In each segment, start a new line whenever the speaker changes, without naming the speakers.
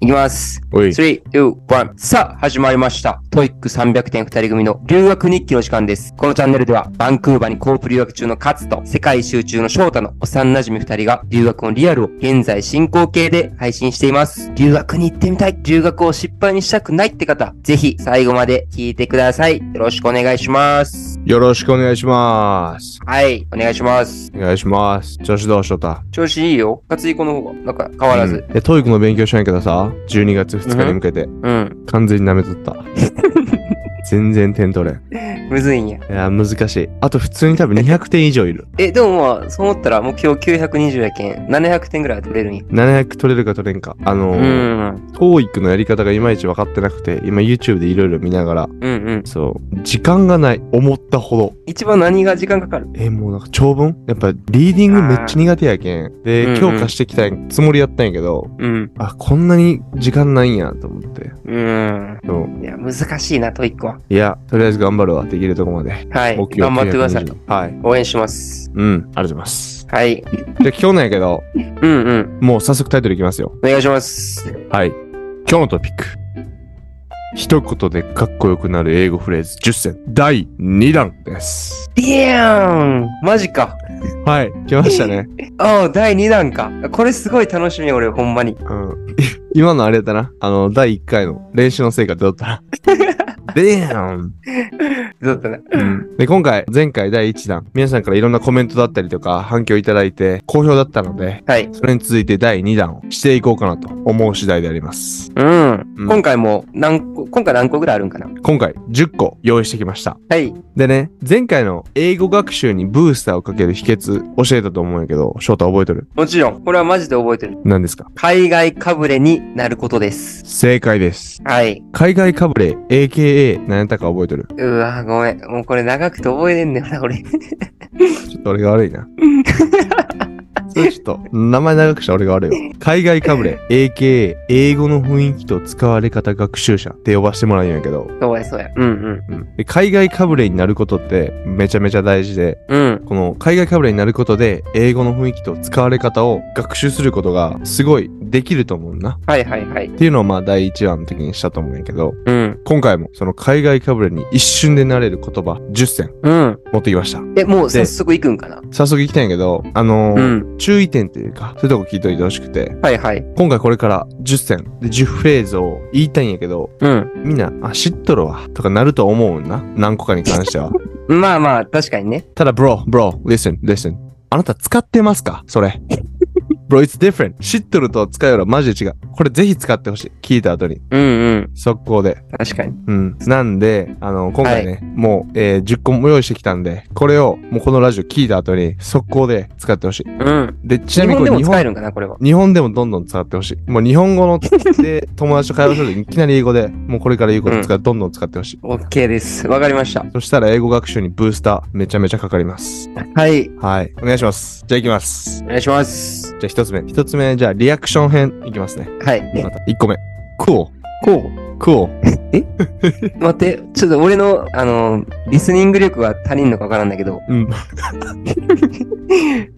いきます。
おい。
3、2、1。さあ、始まりました。トイック300点二人組の留学日記の時間です。このチャンネルでは、バンクーバーにコープ留学中のカツと、世界一周中の翔太の幼馴染二人が、留学のリアルを現在進行形で配信しています。留学に行ってみたい。留学を失敗にしたくないって方、ぜひ最後まで聞いてください。よろしくお願いします。
よろしくお願いします。
はい、お願いします。
お願いします。調子どうしとった
調子いいよ。カツイコの方が、なんか変わらず。
うん、え、トイックの勉強したんやけどさ、12月2日に向けて、
うん。
完全に舐め とった。全然点取れん。
むずいんや。
いや、難しい。あと普通に多分200点以上いる。
え、でもまあ、そう思ったら目標920やけん、700点ぐらいは取れるんや。
700取れるか取れんか。あの
う
ー、
ん。
トーイックのやり方がいまいち分かってなくて、今 YouTube でいろいろ見ながら、
うんうん。
そう、時間がない。思ったほど。
一番何が時間かかる
え、もうなんか長文やっぱリーディングめっちゃ苦手やけん。
うんう
で、
ん
強化してきたつもりやったんやけど、
うん。
あ、こんなに時間ないんやと思って。
うん。
そ
い
う。
や、難しいな、トイックは。
いや、とりあえず頑張るわ。できるとこまで。
はい。
目標
頑張ってください。
920はい。
応援します。
うん。ありがとうございます。
はい。
じゃあ今日なんやけど、
うんうん。
もう早速タイトルいきますよ。
お願いします。
はい。今日のトピック。一言でかっこよくなる英語フレーズ10選第2弾です。
ディーンマジか。
はい。来ました ね。
ああ、第2弾か。これすごい楽しみ、俺、ほんまに。
うん。今のあれやったな。あの、第1回の練習の成果どう だったな。でー
ど
ん。
うだったね。
うんで今回前回第1弾皆さんからいろんなコメントだったりとか反響いただいて好評だったので
はい。
それに続いて第2弾をしていこうかなと思う次第であります
うん。
うん
今回も、何個、今回何個ぐらいあるんかな
今回10個用意してきました
はい。
でね前回の英語学習にブースターをかける秘訣教えたと思うんやけど翔太覚えとる
もちろん、これはマジで覚えてる。
何ですか
海外かぶれになることです。
正解です
はい。
海外かぶれ AKA 何やったか覚えとる
うわ、ごめん。もうこれ長くて覚えれんねんな、俺。
ちょっと俺が悪いなそれちょっと名前長くした俺が悪いよ海外かぶれ AKA 英語の雰囲気と使われ方学習者って呼ばしてもらうんやけど、
そうや、そうや。うん
うんで海外かぶれになることってめちゃめちゃ大事で
うん。うん。
この海外かぶれになることで英語の雰囲気と使われ方を学習することがすごいできると思うんだな
はいはいはい
っ。ていうのをまあ第1話の時にしたと思うんやけど
うん。
今回もその海外かぶれに一瞬でなれる言葉10選
うん。
持ってきました
え、もう早速行くんかな
早速行きたいんやけどあのー
うん。
注意点というか、そういうとこ聞いといてほしくて、
はいはい。
今回これから10選で10フレーズを言いたいんやけど、
うん。
みんな、あ、知っとるわ、とかなると思うんな。何個かに関しては。
まあまあ、確かにね。
ただ、bro, bro, listen, listen. あなた使ってますかそれ。bro, it's different. 知っとると使うよりはマジで違う。これぜひ使ってほしい。聞いた後に。
うんうん。
速攻で。
確かに。
うん。なんで、あの、今回ね、もう、えー10個も用意してきたんで、これを、もうこのラジオ聞いた後に、速攻で使ってほしい。
うん。
で、
日
ちなみに
本
こ
で
れ
も使えるんかな、これは。
日本でもどんどん使ってほしい。もう日本語ので友達と会話するときいきなり英語で、もうこれから言うこと使う、どんどん使ってほしい。
OK です。わかりました。
そしたら英語学習にブースターめちゃめちゃかかります。
はい。
はい。お願いします。じゃあ行きます。
お願いします。
じゃあ一つ目。一つ目、じゃあリアクション編いきますね。
はい。
また一個目。cool,
こう。
cool.
待って、ちょっと俺の、あのーリスニング力が足りんのかわからんだけど。
うん。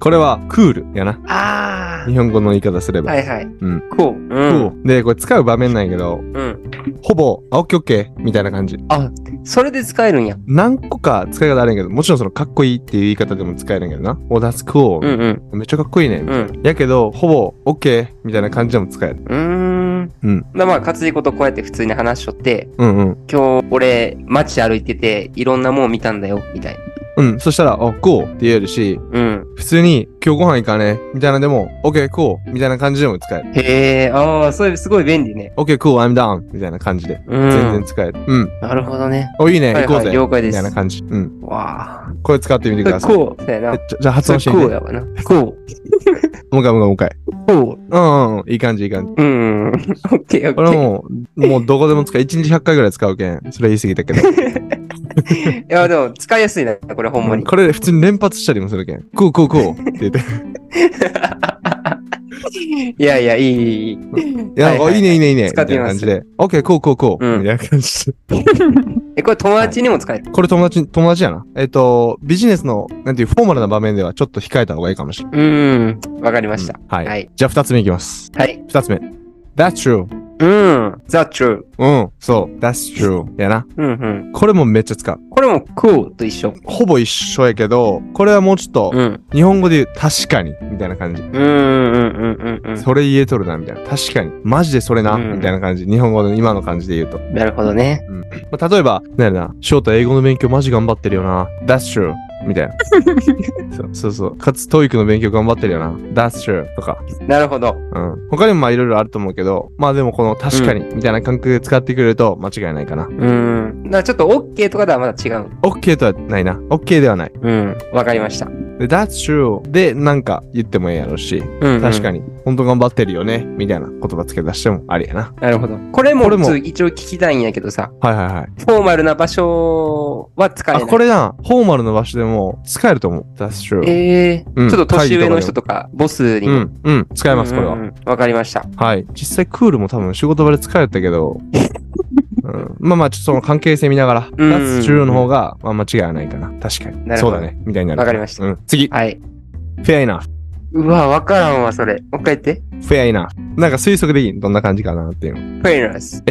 これは cool やな。
あ
日本語の言い方すれ
ー。
ば。
はいはい。
うん。
こう。うん。
cool. で、これ使う場面なんやけど、
うん。
ほぼ、あ、オッケーオッケーみたいな感じ。
あ、それで使えるんや。
何個か使い方あるんやけど、もちろんそのかっこいいっていう言い方でも使えるんやけどな。お、that's cool.
うんうん。
めっちゃかっこいいね。
うん。
やけど、ほぼ OK みたいな感じでも使える。
うーん。
うん。
だまあ、勝彦とこうやって普通に話しとって、
うんうん。
今日俺街歩いてていろんなもん見たんだよみたいな。
うん。そしたら、あ、cool って言えるし、
うん。
普通に今日ご飯行かねみたいなのでも、OK, cool みたいな感じでも使える。
へえ、ああ、それすごい便利ね。
OK, cool, I'm down みたいな感じで。
う
全然
ん。
使える。うん。
なるほどね。
お、いいね、
はい
行こ
は
う
い
ぜ。
了解で
みたいな
す。
感じ。うん。
わあ。
これ使ってみてください。
こうだよ
え
な。
じゃじゃあ発音して
そ
み
れ
て。
こ
も
う
う
やわな。こ
一回もう一回。
う。こ
うんうんうん。いい感じ、いい感じ。
う。うん。 オッケーオ
これ
ッケー。
もう、もうどこでも使う。1日100回ぐらい使うけん。それ言い過ぎたけど。
いや、でも使いやすいな、これほんまに。
これ普通に連発したりもするけん。こうこう こうって言って。い
いやいや、いいいい。いいは
や、
いはい
おいいねいいねいいね。み
使
た
って
い
み
な
ます
感じで。オッケー、こうこうこう。
うん
みたいな感じで。
え、これ友達にも使える。
これ友達、友達やな。えっ、と、ビジネスの、なんていう、フォーマルな場面ではちょっと控えた方がいいかもしれな
うーん。わかりました。
い。は。
はいい。
じゃあ二つ目いきます。
はい。
二つ目。That's true.
うん。ザ・チュー。
うん、そう。That's true. やな。
うんうん。
これもめっちゃ使う。
これも cool と一緒。
ほぼ一緒やけど、これはもうちょっと、
うん。
日本語で言う、確かに、みたいな感じ。
うんうんうんうんうん。
それ言えとるな、みたいな。確かに。マジでそれな、
うん
みたいな感じ。日本語の今の感じで言うと。
なるほどね。
まあ、例えば、なんやろな、翔太英語の勉強マジ頑張ってるよな。That's true. み たいな。そうそうそう。かつ、TOEIC の勉強頑張ってるよな。That's true. とか。
なるほど。
うん。他にもまあいろいろあると思うけど、まあでもこの確かに、みたいな感覚で使ってくれると間違いないかな。
うん。なちょっと OK とかとはまだ違う。
OK とはないな。OK ではない。
うん。わかりました。
で、That's true. で、なんか言ってもええやろうし、
うん。
確か
に。
に、ほんと頑張ってるよね。みたいな言葉付け出してもありやな。
なるほど。これも
これも
普通一応聞きたいんやけどさ、
はいはいはい。
フォーマルな場所は使え
あ、
ない。
これな、フォーマルの場所でも使えると思う。That's true.
ええ
うん
ちょっと年上の人とか、ボスに
う
も。
ん、うん、使えます、これは。
うんうんうんわかりました。
はい。実際クールも多分仕事場で使えた けど、うん、まあまあ、ちょっとその関係性見ながら、
うん
That's true の方が、まあ間違いはないかな。確か
な
に。
る
そ
ほ
う
ど
だね。みたいになる。
わかりました
うん。次。
はい。
Fair enough.
うわ、わからんわ、それ。もう一回言って。
Fair enough. なんか推測できんどんな感じかなっていうの。
フェイナス。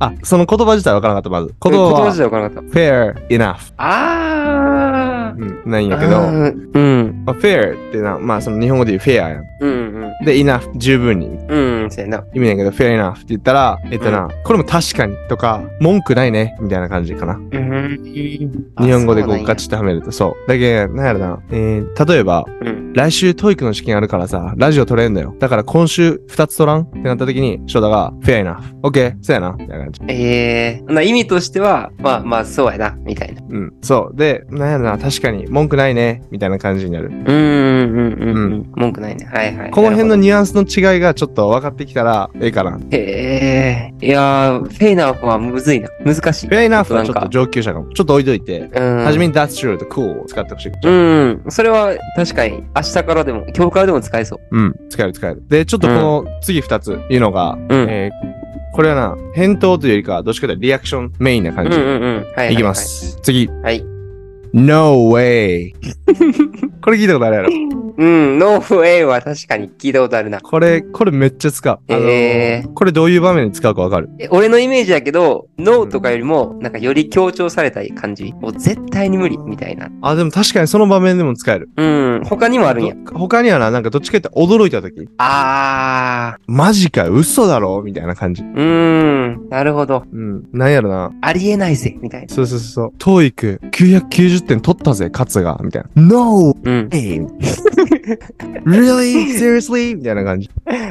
あ、その言葉自体わからなかった、まず。
こ
言葉
言葉
は
自体わからなかっ
fair enough。
た。あー。
うん、ないんやけど、
あ
ま
ーうん。
あ、fair ってな、まあその日本語で言う fair やん。
うん
で、enough 十分に
うん。うん、せやな。
意味ないけど、fair enough って言ったら、えっとな、これも確かにとか、文句ないね、みたいな感じかな。
うん。
日本語でこ
あ
うガ。チッとはめると、そう。だけど、なんやろな、えー、例えば、
そうなんやうん。
来週トイックの試験あるからさ、ラジオ取れんだよ。だから今週2つ取らんってなった時に、翔太が、fair enough。OK、そうやな。みたいな感じ。
ええな意味としては、まあまあ、そうやな、みたいな。
うん。そう。で、なんやろな、確かに文句ないね、みたいな感じになる。
うん、うん、うん、う。
うん
文句ないね。はいはい。
この辺
なる
のニュアンスの違いがちょっと分かってきたら、ええかな。
ほど。へえいやー、フェイナーはむずいな。難しい。
fair enough
な
は
ん
ち
か
ょっと上級者かも。ちょっと置いといて、
うん。
はじめに that's true と cool を使ってほしい。
うん、それは確かに明日からでも、今日からでも使えそう。
うん、使える使える。で、ちょっとこの次二ついうのが、
うん。
えーこれはな、返答というよりかは、どっちかというとリアクションメインな
う
感
ん
じ。
うんうん。はいはいはい
きま。す。次。
はい。
No way! これ聞いたことあるやろ。
うん、ノーフェイは確かに聞いたことあるな。
これ、これめっちゃ使う。あのー
え
これどういう場面に使うかわかる。
え俺のイメージやけど、ノーとかよりも、なんかより強調されたい感じ。もう絶対に無理みたいな。
あ、でも確かにその場面でも使える。
うん、他にもあるんや。
ど他にはな、なんかどっちかって驚いた時、
あ
マジか、嘘だろみたいな感じ。
ー、うーん、なるほど。
うん。なんやろな。
ありえないぜ、みたいな。
そうそうそう。トーイク990点取ったぜ、勝が。みたいな。No
うん。
Hey. really? Seriously? みたいな感じ。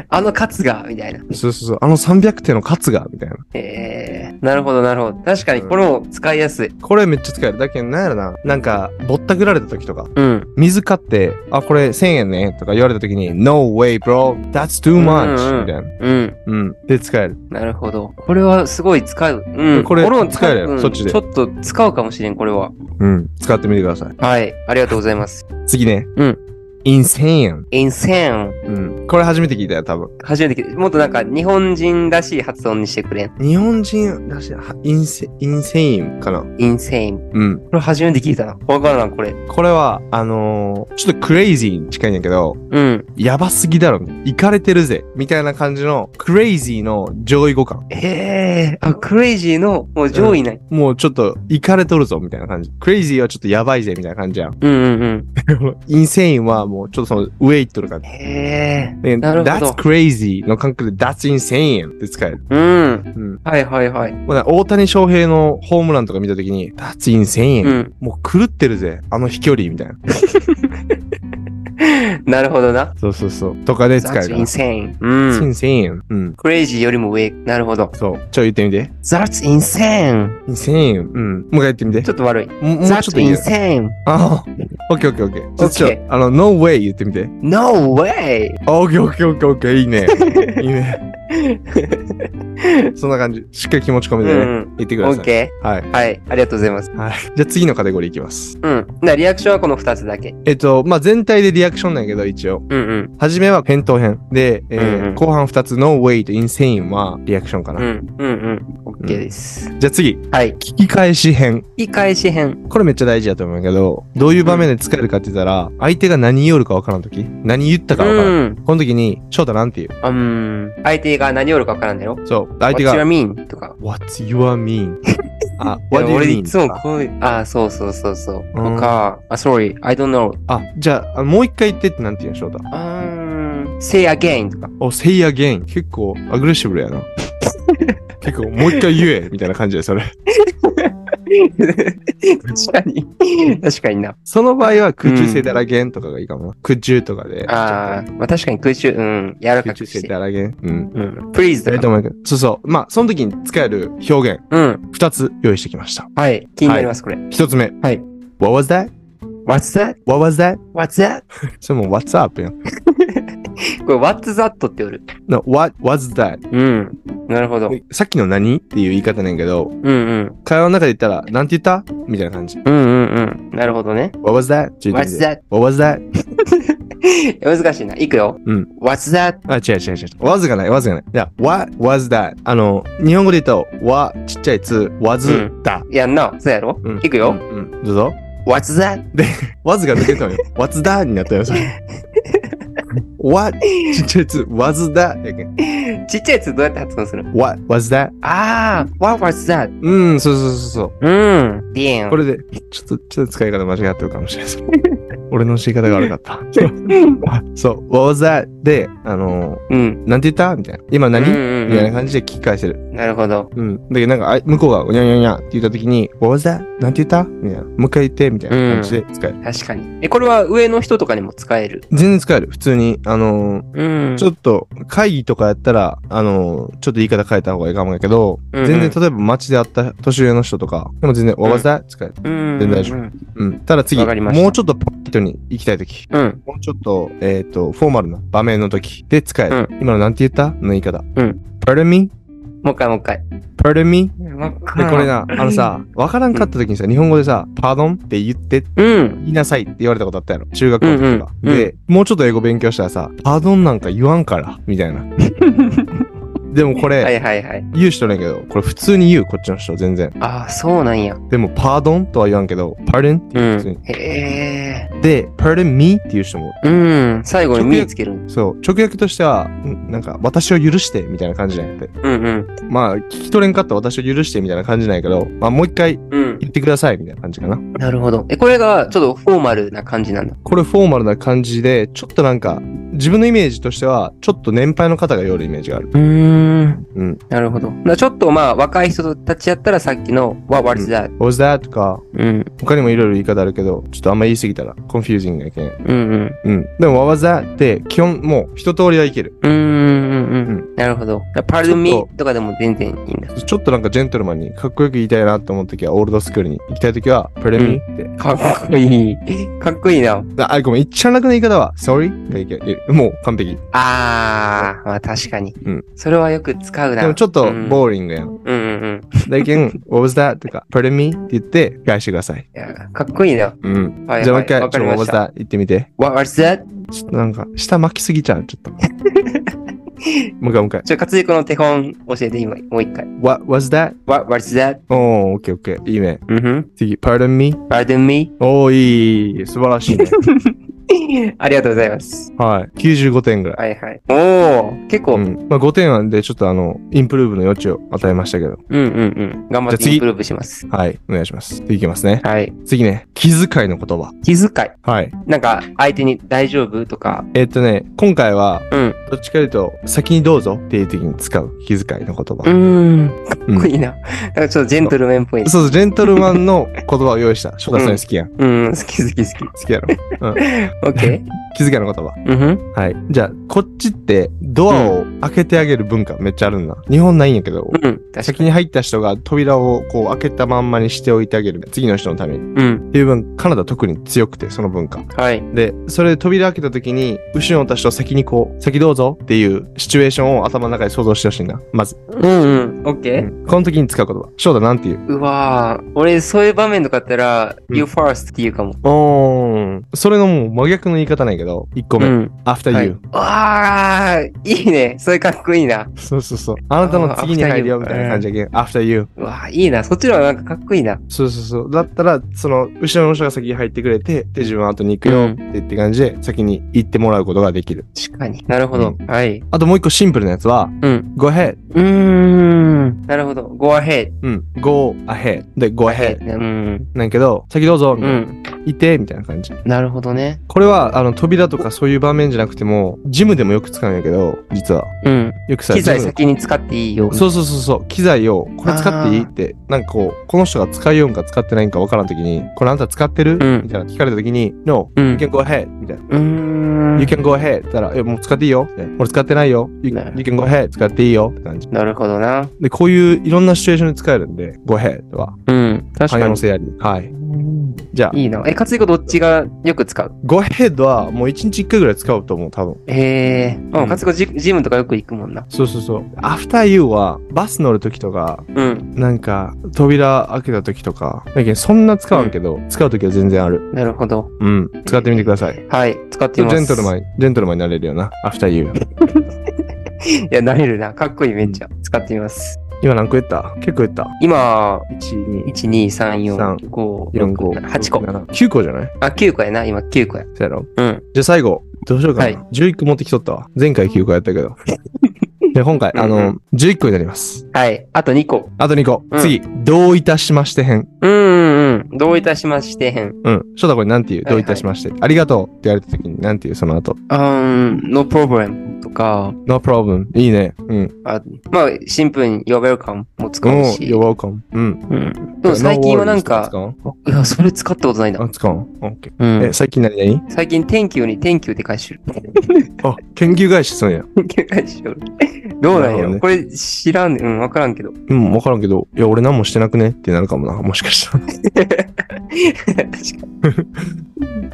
あのカツが、みたいな。
そうそうそう。あの300点のカツが、みたいな。
えー、なるほど、なるほど。確かに、これも使いやすい。
これめっちゃ使える。だけど、なんやろな。なんか、ぼったくられた時とか、
うん。
水買って、あ、これ1000円ね、とか言われた時に、No way, bro. That's too much.
うんうんうん
みたいな。
うん。
うん。で、使える。
なるほど。これはすごい使う。うん。
これ
俺も
使えるよ
うん
そっちで
ちょっと使うかもしれん、これは。
うん。使ってみてください。
はい。ありがとうございます。
次ね。
うん。
insane.
insane。
うん。これ初めて聞いたよ、多分。
初めて聞いた。もっとなんか日本人らしい発音にしてくれん。
日本人らしい、は insa- insane かな。
insane。
うん。
これ初めて聞いたな。わからん、これ。
これは、あのーちょっとクレイジーに近いんやけど、
うん。
やばすぎだろ、ね、行かれてるぜ、みたいな感じの、クレイジーの上位互換。
ええー。あ、クレイジーのもう上位ない。
もうちょっと、行かれとるぞ、みたいな感じ。クレイジーはちょっとやばいぜ、みたいな感じやん。
うんうんうん。
インセインはもうちょっとその、上行っとる感じ。
ええ
で
なるほど
That's crazy の感覚で That's insane って使える。
ー。うん。
うん。
はいはいはい。
もうね大谷翔平のホームランとか見たときに、That's insane、
うん。
もう狂ってるぜ、あの飛距離、みたいな。
なるほどな。
そうそうそう。とかで使え
That's
るから。
insane.
That's
うん。
insane. うん。
クレイジーよりも上。なるほど。
そう。ちょ、言ってみて。
That's insane.
2000うん。もう一回やってみて。
ちょっと悪い。
もうもうちょっ
That's
といいよ。
insane.
ああ。オッケーオ ッケーオッケー。ちょっとちょ
OK
あの、No way 言ってみて。
No way!
あオッケーオッケーオッケーオッケー。いいね。いいね。 そんな感じ。しっかり気持ち込めてね。
うん
言ってく
オ
ださ
ッ
い。
ケ
はい。
ー。はい。ありがとうございます。
はい。じゃあ次のカテゴリーいきます。
うん。な、リアクションはこの2つだけ。
えっと、まあ、全体でリアクションなんやけど、一応。
うんうん。
はじめは返答編。で、えー
うんうん
後半2つ、No way と Insane はリアクションか
う
な。
ん。うんうん。オッ OK です。
じゃあ次、
はい。
聞き返し編。
聞き返し編。
これめっちゃ大事だと思うんやけど、どういう場面で使えるかって言ったら、相手が何言おるかわからんとき何言ったかわからん。
うん。
この時に、翔太なんて言
うん。相手が何をるか分からんだよ。
うそう。相手
What's your
が、
mean? とか。
What's your mean? あ、What
いや
do you
俺い
mean?
つもこういう、あ、そうそうそうそう。
うん
とか、あ、sorry, I don't know.
あ、じゃあ、あもう一回言ってってなんて言うん翔太。
うーん、say again とか。
お、say again. 結構、アグレッシブ ルやな。結構、もう一回言えみたいな感じで、それ。
確かに。確かにな。
その場合は、could you say that again? とかがいいかもな。could you とかで。
あーまあ確かに空中、うん、柔らか
could
く
you
し
say
て。
that again? うん。
うん、please と
えっと
か。
思うけど、そうそう。まあ、その時に使える表現、
うん、
二つ用意してきました。
はい。気になります、こ
一つ目。
はい。
What was that?
れ。What's that?
What was that?
What's that?
それも What's up やん。
これ、What's that っておる。
No, what was that?
うん。なるほど。
さっきの何っていう言い方なんやけど、
うんうん。
会話の中で言ったら、なんて言ったみたいな感じ。
うんうんうん。なるほどね。
What was that? って言ってみ
What's
て
that?
What was that?
難しいな。いくよ。
うん。
What's that?
あ、違う違う違う。わずがない、わずがない。じゃあ、what was that? あの、日本語で言ったら、わ、ちっちゃいつ、was
う
that。
やんな。そうやろ、
うん
いくよ。
うん、どうぞ。
What's that?
わずが抜 けたのよ。what's that? になったよ、それ。what? ちっちゃいつ、was that? やけん。
ちっちゃいやつどうやって発音する
what was that?
ああ、What was that?
うん、そうそうそうそう。
うん。ディエン。
これで、ちょっと、ちょっと使い方間違ってるかもしれないです。俺の教え方が悪 かった。そう、What was that? で、あの
うん。
ー、なんて言ったみたいな。今
うん
何、
うん
みたいな
う
感じで聞き返してる。
ん。なるほど。
うん。だけどなんか、あ向こうが、うにゃうにゃうにゃって言った時に、What was that? なんて言ったみたいな。もう一回言って、みたいな感じで使える。
確かに。え、これは上の人とかにも使える。
全然使える。普通に、あのー、
うん
ちょっと、会議とかやったら、あのー、ちょっと言い方変えた方がいいかもやけど、
うんうん
全然、例えば街で会った年上の人とか、でも全然、What was that? 使える。
うん。
全然大丈
夫。
うん。ただ次、
わかりました
もうちょっとポットに行きたい時。
うん。
もうちょっと、えっ、と、フォーマルな場面の時で使える。今のなんて言ったの言い方。
うん。
pardon me?
もう一回もう一回。
pardon me?
もう一
で、
回
これ。な、あのさ、わからんかった時にさ、日本語でさ、pardon って言って、
うん。
言いなさいって言われたことあったやろ。中学校の時とか。
うんうんうん
で、もうちょっと英語勉強したらさ、pardon なんか言わんから、みたいな。でもこれ、
はいはいはい。
言う人なんやけど、これ普通に言う、こっちの人、全然。
ああ、そうなんや。
でも、pardon とは言わんけど、pardon って
う
言う、普通に
ん。。へえ。
で、pardon me っていう人も
うん。最後に見つける。
そう、直訳としては、んなんか、私を許して、みたいな感じなんやって。
うんうん。
まあ、聞き取れんかった私を許して、みたいな感じなんやけど、まあ、もう一回
うん。
言ってください、みたいな感じかな。
なるほど。え、これがちょっとフォーマルな感じなんだ。
これフォーマルな感じで、ちょっとなんか、自分のイメージとしては、ちょっと年配の方が用るイメージがある。
うーん。
うん。
なるほど。なちょっとまあ、若い人たちやったらさっきの What was that?
What was that? とか、
うん。
他にもいろいろ言い方あるけど、ちょっとあんま言い過ぎたら、コンフュージングやけん。
うんうん。
うん。でも、What was that? って、基本、もう、一通りはいける。
うーんうんうん
う
うん。なるほど。パルミ
ちょっ
とかでも全然いいんだ。
ちょっとなんかジェントルマンにかっこよく言いたいなって思うときは、オールドスクールに行きたいときは、プレミって
かっこいい。かっこいいな。
あ、あごめん、一番楽な言い方は、sorry がいける。もう完璧。
あー、まあ確かに。
うん
それはよく使うな。
でもちょっと
うん
ボーリングやん。
うんうんうん。
だけん、what was that? とか、pardon me? って言って、返してください。
いやかっこいいな。
うん。
はいはい
じゃあもう一回、
わ
ち
か
ょ
り
っ
ま
と
し
what was
た。
that? 言ってみて。
What was that?
ちょっとなんか、下巻きすぎちゃう。ちょっと。もう一回、もう一回。
ちょ、活躍の手本教えて今、もう一回。
what was that?
What was that?
おー、オッケーオッケー。いいね。
うんふん。
次、pardon me?
Pardon me?
おー、いいいいいい。素晴らしいね。
ありがとうございます。
はい。95点ぐらい。
はいはい。おー、結構、
う
うん、
ん。まあ、5点なんで、ちょっとあの、インプルーブの余地を与えましたけど。
うんうん。頑張っ
じゃあ次
てインプルーブします。
はい。お願いします。次いきますね。
はい。
次ね、気遣いの言葉。
気遣い。
はい。
なんか、相手に大丈夫とか。
えっとね、今回は、
うん。
どっちかというと、先にどうぞっていう時に使う気遣いの
う
言葉。
ーん。かっこいいな。なんかちょっとジェントルメンっぽい。
そうそう、ジェントルマンの言葉を用 意した。翔太さん好きやん。
うん、好き好き好き。
好きやろ。
オッ ケ
気遣いの言葉。
ー。うんふん。
はい。じゃあ、こっちって、ドアを開けてあげる文化めっちゃあるんだ。日本ないんやけど、
うん。確か
先
に。
に入った人が扉をこう開けたまんまにしておいてあげる。次の人のために。
うん。
っていう分、カナダ特に強くて、その文化。
はい。
で、それで扉開けた時に、後ろにおった人を先にこう、先どうぞっていうシチュエーションを頭の中で想像してほしいな。まず。
うんうん。オッケ
う
ー。
んこの時に使う言葉。翔太なんて言う
うわー。俺、そういう場面とかあったら、
うん
you first って言うかも。
おーそれのもう真逆の言い方なんやけど、1個
う
目。
ん。
after
はい
you。
あー、いいね。それかっこいいな。
そうそうそう。あなたの次に入るよみたいな感じやけん。after you.
うわ、いいな。そっちの方がなんかかっこいいな。
そうそうそう。だったら、その、後ろの人が先に入ってくれて、で、自分は後に行くよってって感じで、先に行ってもらうことができる。
確かに。なるほど。
う
はい。
あともう一個シンプルなやつは、
うん。
go ahead.
うーん。なるほど。go ahead。
うん。go ahead. で、go ahead.
うん。
なんやけど、先どうぞ、み
う
たいな。
ん。
いて、みたいな感じ。
なるほどね。
これは、あの、扉とかそういう場面じゃなくても、ジムでもよく使うんやけど、実は。
うん。
よくさ、
機材
ジム
先に使っていいよ。
そうそうそうそう、機材を、これ使っていいって、なんかこう、この人が使いようんか使ってないんかわからんときに、これあんた使ってる、
うん
みたいな聞かれたときに、No,
う
you
ん。
can go ahead, みたいな。
うーん
You。can go ahead. って言ったら、え、もう使っていいよ。みたいな俺使ってないよ。You,
ね
you can go ahead. 使っていいよ。って感じ。
なるほどな。
で、こういういろんなシチュエーションで使えるんで、go ahead は
うん。確
汎
か
用
に。
性あり。はい。じゃあ、
いいな。え、勝彦どっちがよく使う
go ahead はもう1日1回ぐらい使うと思う、多分。
へえ。
う
うんん、勝彦ジジムとかよく行くもんな。
そうそうそう。after you は、バス乗るときとか、
うん。
なんか、扉開けたときとか、だけどそんな使わんけど、使うときは全然ある。
なるほど。
うん。使ってみてください。
はい。使っ
ジ
てみます。
ェントルマン、ジェントルマンになれるよな。アフターユー。
いや、慣れるな。かっこいい、めっちゃ。使ってみます。
今何個言った結構言った。
今、
1、
1、
2、
2、3、
三
4、5、
4、
6、
5、
8個。
9個じゃない
あ、9個やな。今、9個や。
そうやろ
うん。
じゃあ最後、どうしようかな。
はい
11個持ってきとったわ。前回9個やったけど。 で、今回、あ
うんう
の、11個になります。
はい。あと2個。
あと2個。
うん
次、どういたしまして編。
うんうんうん。どういたしましてへん。
うん。翔太これなんて言う
はい
どう
はい
いたしまして。ありがとうって言われた時になんて言うその後。
うーん、no problem とか、
No problem. いいね。うん。
あまあ、シンプルに you're welcome も使う
もう、
し。
you're welcome. うん。
うん、でも最近はなん
No
か、
worries 使わ
いや、それ使ったことない
ん
な。
あ、使わん。オッケ
う
ー。え、
ん、
最近何々
最近 thank you に thank you って返してる。
あ、研究会社するんや。
研究会しよる。どうなん
なるほ
や
ど
ろ、
ね
これ知らんね。うん、わからんけど。
うん、わからんけど、いや、俺何もしてなくねってなるかもな、もしかしたら。
確か に。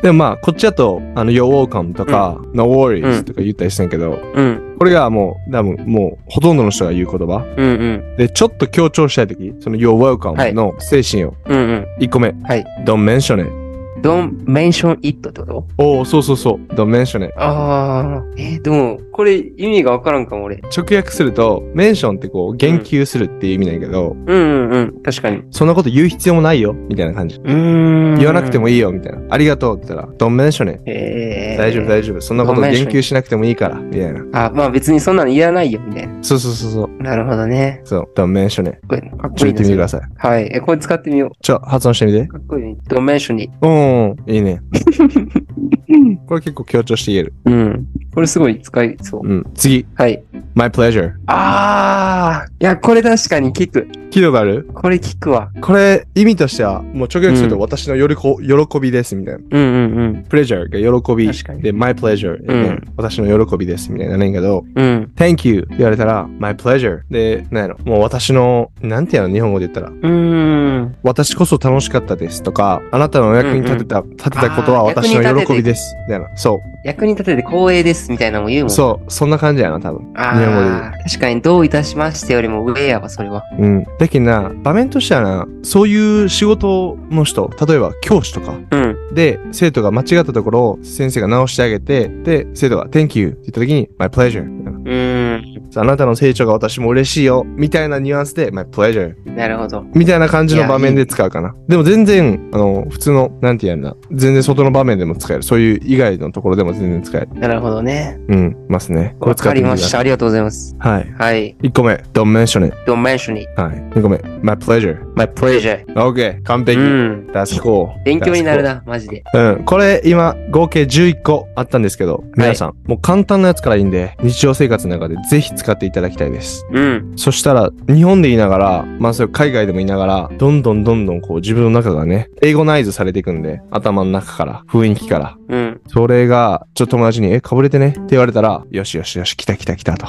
でもまあ、こっちだと、あの、You're welcome とか、No worries とか言ったりしてんけど、
うん、
これがもう、多分もう、ほとんどの人が言う言葉。
うん、うん、
で、ちょっと強調したいとき、その You're
は
welcome
い
の精神を、
うん、うん。
1個目、
はい。
Don't mention it。
don't mention it ってこと
おお、そうそうそう、Don't mention it。
ああ、え、でも、これ意味がわからんかも、俺。
直訳すると、mention ってこう、言及するっていう意味なんやけど、
うん、うん、うん。確かに。う
そんなこと言う必要もないよ、みたいな感じ。
ーん。
言わなくても
いい。
いいよ、みたいな。ありがとうって言ったら、Don't mention it。
えー、
大丈夫、大丈夫。そんなこと
Don't mention
言
it
及しなくてもいいから、みたいな。
あ、まあ別にそんなのいらないよ、みたいな。
そうそうそうそう。
なるほどね。
そう、ダメンショね。
かっこいいな。かっ
ち
こ
ょ
いい
っと言ってみてく
な。
ださい。
はい。え、これ使ってみよ
ちょ、発音してみて
う。。かっこいいね。ドメンションに。
うん、いいね。 これ結構強調して言える。
うん。これすごい使いそう。
うん。次、
はい。
my pleasure。
あー。いや、これ確かに聞く。
聞いたことある
これ聞くわ。
これ、意味としては、もう直訳すると
うん
私のよりこ喜びです、みたいな。
うんうんうん。
pleasure が喜び
確か。に
で、my pleasure で、
うん
私の喜びです、みたいな。なんやけど、
うん。
thank you 言われたら、my pleasure。で、なんやろ。もう私の、なんてやの日本語で言ったら、
うーん。
私こそ楽しかったですとか、あなたのお役に立てた、立てたことは
あー役
私
に立てて
の喜びです。みたいな。そう。
役に立てて光栄ですみたいなのも言うもん。う。
そう、そんな感じやな、多分。日本語
あー。確かに、どういたしましてよりも上やわ、それは。
うん。だけどな、場面としてはな、そういう仕事の人、例えば教師とか、
うん。
で、生徒が間違ったところを先生が直してあげて、で、生徒が Thank you って言った時に、My pleasure みたいな。
うーん。
あなたの成長が私も嬉しいよ、みたいなニュアンスで、My pleasure
なるほど。
みたいな感じ
い
の
や
場面で使うかな。でも全然、あの、普通の、なんて言うんだ、全然外の場面でも使える。そういう以外のところでも全然使える。
なるほどね。
うん、ますね。こ
わ
れ使
か
って
り
みて
ま
くだ
し
さ
た。
い。
ありがとうございます。
はい。
はい。
1個目、Don't mention it.
ドメンションに。
はい。2個目、My pleasure.
my pleasure.
OK、完
う
璧。
ん。
That's cool.
勉強になるな、マジで。
うん。これ今合計11個あったんですけど、皆さん、もう簡単なやつからいいんで、日常生活の中でぜひ使っていただきたいです。
うん。
そしたら、日本でいながら、まあそれ海外でもいながら、どんどんどんどんこう自分の中がね、英語ナイズされていくんで、頭の中から、雰囲気から。
うん。
それが、ちょっと友達に、え、かぶれてねって言われたら、よしよしよし、来た来た来 たと。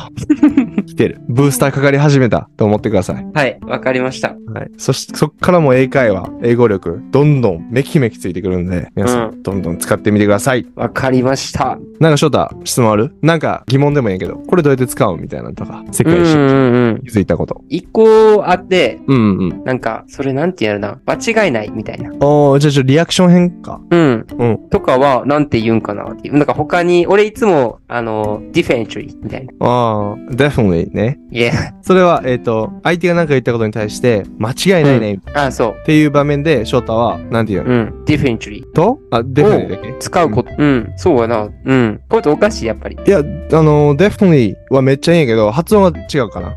来てる。ブースターかかり始めたと思ってください。
はい。わかりました。
はい。そして、そっからも英会話、英語力、どんどんめきめきついてくるんで、皆さん、
う
どんどん使ってみてください。
わかりました。
なんか翔太、質問あるなんか疑問でもいいんやけど、これどうやって使うみたいなのとか、世界
う
史
んうんうん。
気づいたこと。
一個あって、
うんうん。
なんか、それなんて言うのやろな。間違いないみたいな。
おー、じゃあちょっとリアクション変か。
うん。
うん
とかは、なんて言うんかなっていう。なんか他に、俺いつも、あの、ディフェンチュリーみたいな。
ああ、definitely ね。
いや、
それは、えっ、と、相手が何か言ったことに対して、間違いないね、っ
あ、そ
ていう場面で、翔太は、なんて言う
う。
の、
うん。ディフェンチュリー。
とあ、definitely だっけ
使うこと。うん。そうやな。うん。こういうとおかしい、やっぱり。
いや、あの、definitely はめっちゃいいんやけど、発音が違うかな。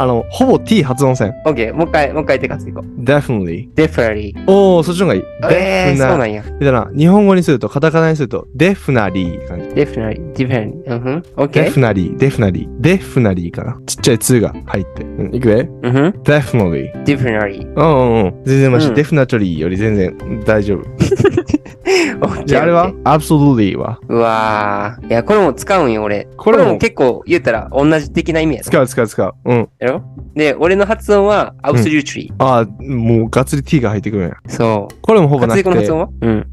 あの、ほぼ t 発音せん。
オッケー。もう一回、もう一回手数いこう。
definitely。
デフェリー。
おー、そっちの方がいい。
ええー、
な
そうなんや。
だから、日本語にすると、カタカナにすると、definitely って感じ。
デフェリー。ディフェリー。うんふん。オッケー。
definitely, definitely, definitely かな。ちっちゃい2が入って。うん、いくで
うんふん。
?definitely.
ディフェリー。
うんうんうん。全然マシ。
うん
definitely より全然大丈夫。
オッケー。
じゃあ、あれ
オッ
は
ケー
?absolutely は
うわー。いや、これも使うんよ、俺。
こ
こ
れ
れ
も
も結構言ったら同じ的な意味やろ。
使う使う使う。うん。
やろで、俺の発音は、アブソリューチュリー。
ああ、もうがっつり t が入ってくるんや。
そう。
これもほぼ
活
なく
躍の
て
発。音はうん。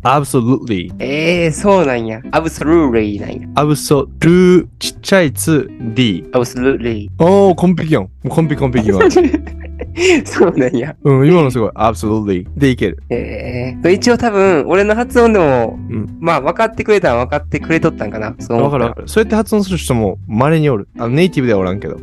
absolutely,
ええー、そうなんや。アブソリューリーなんや。
absolute, ちっちゃい 2d。
アブソリューリ
おー、完璧やん。もう完璧完 璧今。
ー。そうなんや。
うん、今のすごい。absolutely. でいける。
ええ一応多分、俺の発音でも、
ん
まあ、分かってくれたん分かってくれとったんかな。そう思
わ
っ
か
た
るわかる。そうやって発音する人も稀におる。あのネイティブではおらんけど。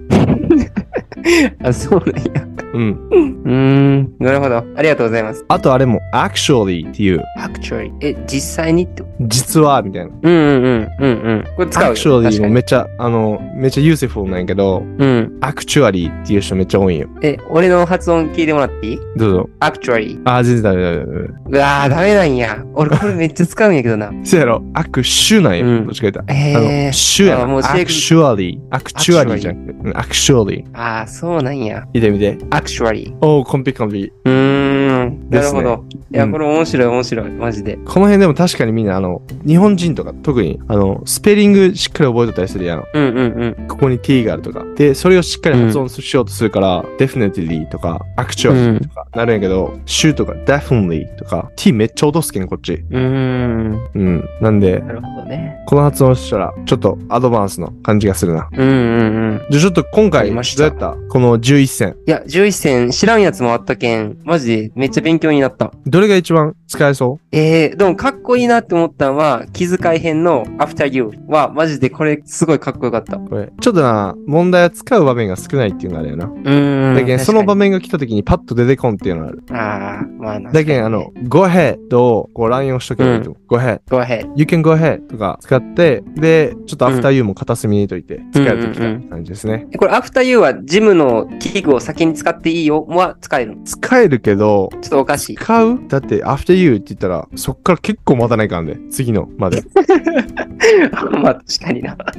あ、そうなんや。
うん。
うーん、なるほど。ありがとうございます。
あとあれも、actually っていう、
actually。え、実際にって。
実は、みたいな。
うんうんうん。うんうん。これ使うよ。確
actually
か
も
に
めっちゃ、あの、めっちゃ useful なんやけど、
うん。
actually っていう人めっちゃ多いんよ。
え、俺の発音聞いてもらっていい
どうぞ。
?actually。
あー、全然ダメダメダメダメ。
うわー、ダメなんや。俺これめっちゃ使うんやけど な。
せやろ、握手なんよ。
うん
どっちか言ったら。あの、
ええ
手や
あも
な。
う正確
actually。actually じゃなくて、うん actually。
ー。あー、そうなんや。
見てみて。
actually。
おー、コンピコンピ。
うーん。なるほど。いや、
うん
これ面白い面白い。マジで。
この辺でも確かにみんな、あの、日本人とか、特に、あの、スペリングしっかり覚えとったりするやん。
うんうんうん。
ここに t があるとか。で、それをしっかり発音しようとするから、definitely とか、
うん
actually とかなるんやけど、should とか definitely とか、t めっちゃ落とすけん、こっち。
うーん。
うん。なんで、
なるほどね。
この発音したら、ちょっとアドバンスの感じがするな。
うんうんうん。
じゃあちょっと今
わか
回、
り
どう
ま
や
した
ったこの11選。
いや、11選知らんやつもあったけん、マジでめっちゃ勉強になった。
どれが一番使えそう
えー、でもかっこいいなって思ったのは、気遣い編の After You は、マジでこれすごいかっこよかった。う
これ。ちょっとな、問題は使う場面が少ないっていうのがあれやな。
ーん。
だけ
確
ん、
かに
その場面が来た時にパッと出てこんっていうのがある。
ああ、まあな。
だけん、あの、go ahead をこう乱用しとけばいいと思う。go ahead。
Go ahead.
You can go ahead とか使って、で、ちょっと
うん
after you も片隅に入れといて、使えるとき
うんうんう
た
ん
感じですね。
えこれ After You は、ジムの器具を先に使っていいよは使えるの
使えるけど、
ちょっとおかしい。
使うだって、after you って言ったら、そっから結構待たないかんで、次のま で。
まあ確かにな。まあ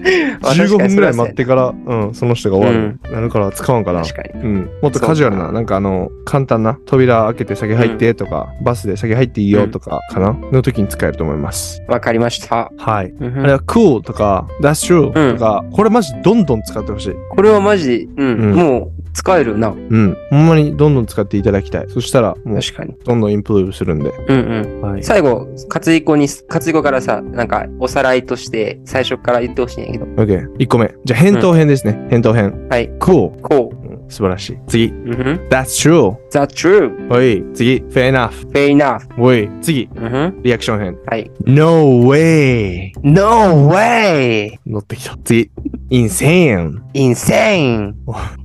15分ぐらい待っ。てから、うん、その人が終わる。なるから使わんかな。
確かに。
うん、もっとカジュアル
そう
な、なんかあの、簡単な、扉開けて酒入ってとか、バスで酒入っていいよとか、かなの時に使えると思います。
わかりました。
はい。
うんふ
あ
ん
れは cool とか、that's true
うん
とか、これマジどんどん使ってほしい。
これはマジで、うん、
うん
もう使えるな。
うん。ほんまにどんどん使っていただきたい。そしたら、もう、
確かに。
どんどんインプルーブするんで。
うんうん。
はい。
最後、活い子に、活い子からさ、なんか、おさらいとして、最初から言ってほしいんやけど。
OK。1個目。じゃあ、返答編ですね。返答編。
はい。
cool。
こ
うん素晴らしい。次
う。。うんふん。
that's true.
The true.
おい。次。fair enough.
Fair enough.
おい。次。
うんふん。
リアクション編。
はい。
no way.
No way!
乗ってきた。次。insane.
Insane!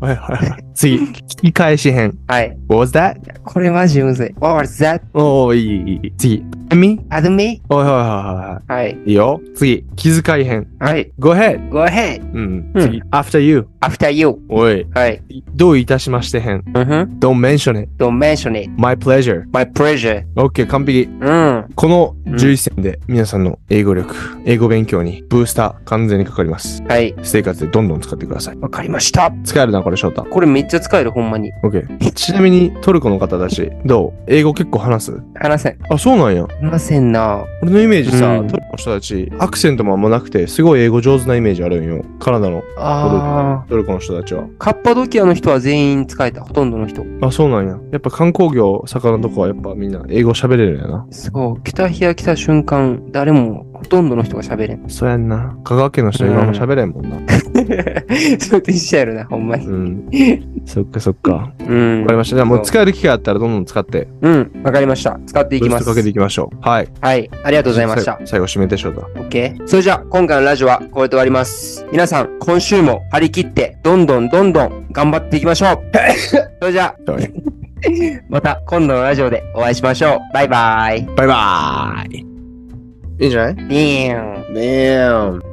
はいはいはい。次、聞き返し編。
はい。
What was that?
これマジむずい。What was that?
おお、いいいいいい。次、み
At me?
おいおいおいおいお
はい。
い。いいよ。次、気遣い編。
はい。
Go ahead.
Go ahead.
うん。
うん
次、after you.
After you.
おい。
はい。
どういたしまして編。
うんふん。
Don't mention it.
Don't mention it.
My pleasure.
My pleasure.
OK, 完璧。
うん。
この
うん
11選で皆さんの英語力、英語勉強にブースター完全にかかります。
はい。
生活でどんどん使ってください。
わかりました。
使えるな、これ、翔太。
これめっちゃ使える、ほんまに。
OK。ちなみにトルコの方たち、どう英語結構話す
話せん。
あ、そうなんや。
話せんな。
俺のイメージさ、
うん
トルコの人たちアクセントもあんまなくてすごい英語上手なイメージあるんよカナダの
あ
トルコの人たちは
ー。カッパドキアの人は全員使えた。ほとんどの人。
あそうなんややっぱ観光業盛んなとこはやっぱみんな英語喋れるんやな
そう、北日が来た瞬間、誰も、ほとんどの人が喋れん。
そうやんな香川県の人は今も喋れんもんな、
それと一緒やろな、ほんまに。
うん。そっかそっか。わ
うん。
かりました。じゃあもう使える機会あったらどんどん使って、
うん、わかりました。使っていきま
ブース
す
ト。かけていきましょう。はい。
はい、ありがとうございまし
さ
た。
最後締めてしょうか。
OK。それじゃあ、今回のラジオはこれで終わります。皆さん、今週も張り切って、どんどんどんどん頑張っていきましょ う。それじゃあ、
じゃあね
また今度のラジオでお会いしましょう。バイバイ。
バイバーイ。
いいんじゃない
ビーン。
?Damn!